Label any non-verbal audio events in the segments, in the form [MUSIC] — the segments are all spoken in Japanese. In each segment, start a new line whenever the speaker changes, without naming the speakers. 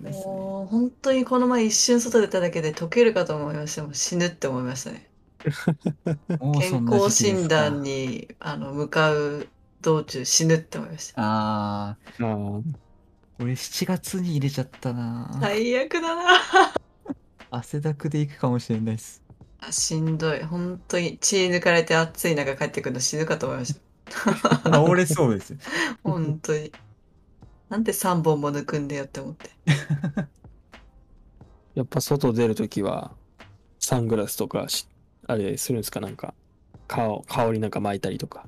もう本当にこの前一瞬外出ただけで溶けるかと思いました。もう死ぬって思いましたね。
もうそ
健
んな
康
時期で
診
す
断
か。
に、あの、向かう道中死ぬって思いました。
ああ、
ああ、
俺7月に入れちゃったな。
最悪だな。
汗だくで行くかもしれないです。 [LAUGHS]
あ、しんどい。本当に血抜かれて暑い中帰ってくるの死ぬかと思い
[LAUGHS]
ました。
倒れそうですよ。
本当に。なんで3本も抜くんだよって思って。
やっぱ外出るときは、サングラスとかし、あれするんですかなんか、顔、香りなんか巻いたりとか。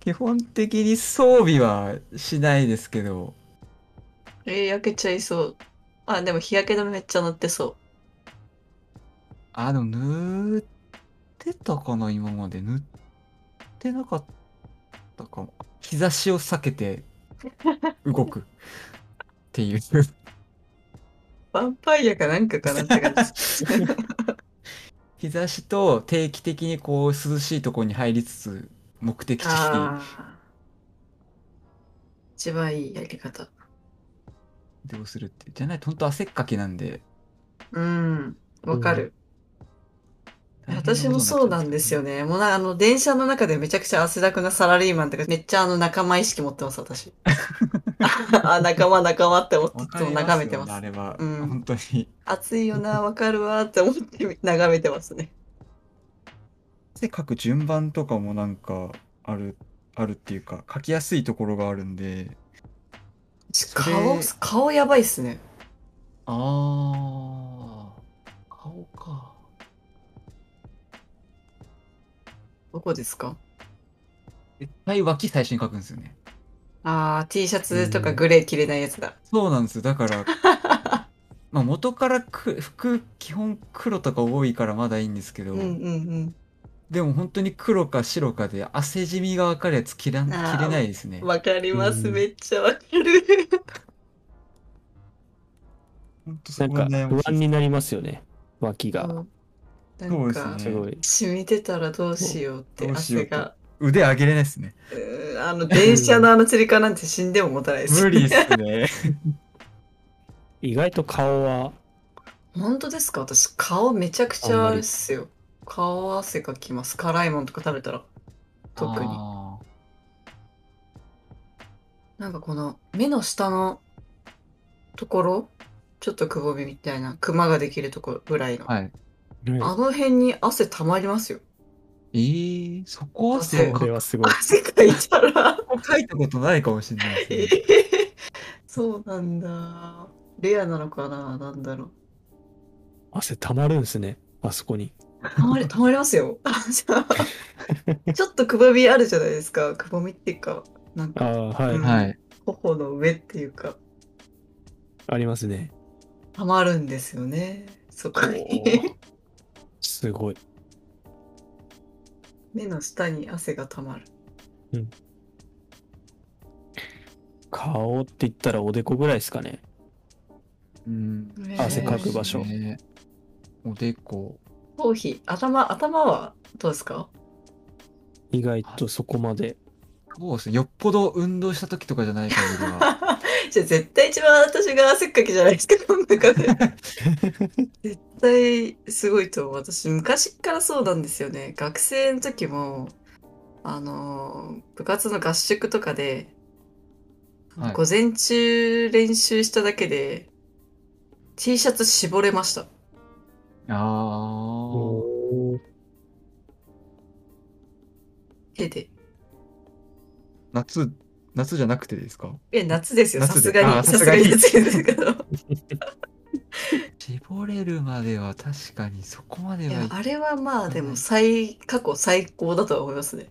基本的に装備はしないですけど、
えー焼けちゃいそう。あ、でも日焼け止めめっちゃ塗ってそ
あ、でも塗ってたかな、今まで。塗ってなかったかも。日差しを避けて動くっていう。
う。ヴァンパイアかなんかかなって感
[LAUGHS]
じ。
日差しと定期的にこう涼しいところに入りつつ目的地して
ああ、一番いい焼け方。
移動するっていうじゃないと本当汗っかきなんで
うん、わかる。
大変
私
なことにな
も
っち
そう
ゃう
なんん
で
ですす
よ
よ
ね。
ね。もうな、あの、電車の中でめちゃくちゃ汗だくなサラリーマンとか、めっちゃあの、仲間意識持ってます、私。
[LAUGHS]
あ、仲間、仲間って思って、
わ
い
か
つも
りま
眺
す
めて
よ
ま
ね、あ
す。
れは。
うん。
本当に。
暑いよな、わかるわって思って眺めてますね。
で、書く順番とかもなんかある、あるっていうか、書きやすいところがあるんで、
ち
そ
顔、
れ、
顔やばいっすね。
ああ、顔か。
どこですか
絶対脇最初に書くんですよね。
ああー、T シャツとか
うん
グレー着れないやつだ。
そうなんですよ。だから、 [LAUGHS] まあ元からく服、基本黒とか多いからまだいいんですけ
うん
ど、
うん
でも本当に黒か白かで汗染みが分かるやつ着ら、
うんん。
着
あ
れないで
あ、
すね。
わかり
う
ます。
ん。
めっちゃわかる。
本当そ
なん
こが
か、
悩ま
不
しい
安
で
に
す。
なりますよね。脇
う
が。
んな
そ
ん
うです
か、
す
ね。
ごい。
染みてたらどう
そ
しようっ
ど
て
うしよ
汗
うと。
が。
腕上げれないですね。
うーん、あの、
う。う
電車の
ん。
あのつり革なんて死んでも持たないです
無
よ
理っ
ね。
すね。
意外と顔は、
[LAUGHS] 本当ですか私、顔めちゃくち
あん
ゃ
ま
あれっ
り。
すよ。顔汗かきます。辛いもんとか食べたら、特に。
ああ。
なんかこの、目の下のところ、ちょっとくぼみみたいな、クマができるところぐらいの。
はい。
は
あ
い。
の辺に汗溜まりますよ。
ええそこ汗
汗、
そ
か
れ
く。
はすごい。
汗かいたら
ここ書いたことないかもしれないです
え
ね。
え [LAUGHS] そうなんだ。レアなのかななんだろう。
汗溜まるんですね。あそこに。
た [LAUGHS] まり、たまりますよ。じゃあちょっとくぼみあるじゃないですか。くぼみっていうか、なん
あ
か、
あ、は
う
い。
は
ん、
い。
頬の上っていうか、
ありますね。
たまるんですよね。そこ
おお、
に
すごい。
[LAUGHS] 目の下に汗がたまる。
うん。顔って言ったらおでこぐらいですかね。
うん。そ
汗
う
か
で
く
ねえ
場
す
所。
ね。おでこ。
頭皮、頭、頭はどうですか
意外
あ、
とそこまで。
そうですね。よっぽど運動した時とかじゃない限り
[LAUGHS]
は。
じゃあ絶対一番私が汗っかきじゃないですか、 [LAUGHS] この中で。絶対すごいと思う。私、昔からそうなんですよね。学生の時も、あのー、部活の合宿とかで、あの
はい。
午前中練習しただけで T シャツ絞れました。
ああ。
おお、
手で。
夏、夏じゃなくてですか
いや、夏ですよ。さ
夏
す
で。
が
あ
に。
あ、さす
さす
が
がに
に。
夏ですけ
[LAUGHS]
ど。
絞れるまでは確かにそこまで
い
は
や、
い
あれはまあ、
か
で
な
も、
い。
最、過去最高だとは思いますね。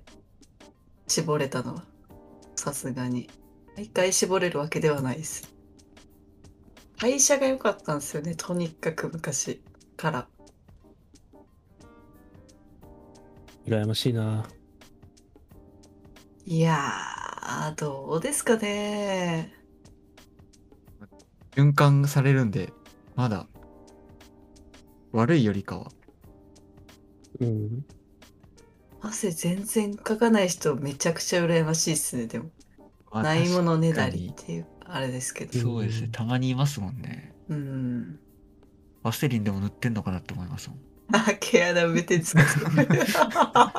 絞れたのは。さすがに。毎回絞れるわけではないです。代謝が良かったんですよね。とにかく昔から。
羨ましいな。
いやー、どうですかね。
循環されるんで、まだ悪いよりかは。
うん。
汗全然かかない人めちゃくちゃ羨ましいっすね、でも。
まあ
ない
確
ものね
か
だりっ
に、
ていう、あれですけど。
う
そうですね。
ん。
たまにいますもんね。
うん。
ワセリンでも塗ってんのかなって思いますもん。
[LAUGHS] あ、毛穴埋めてんですか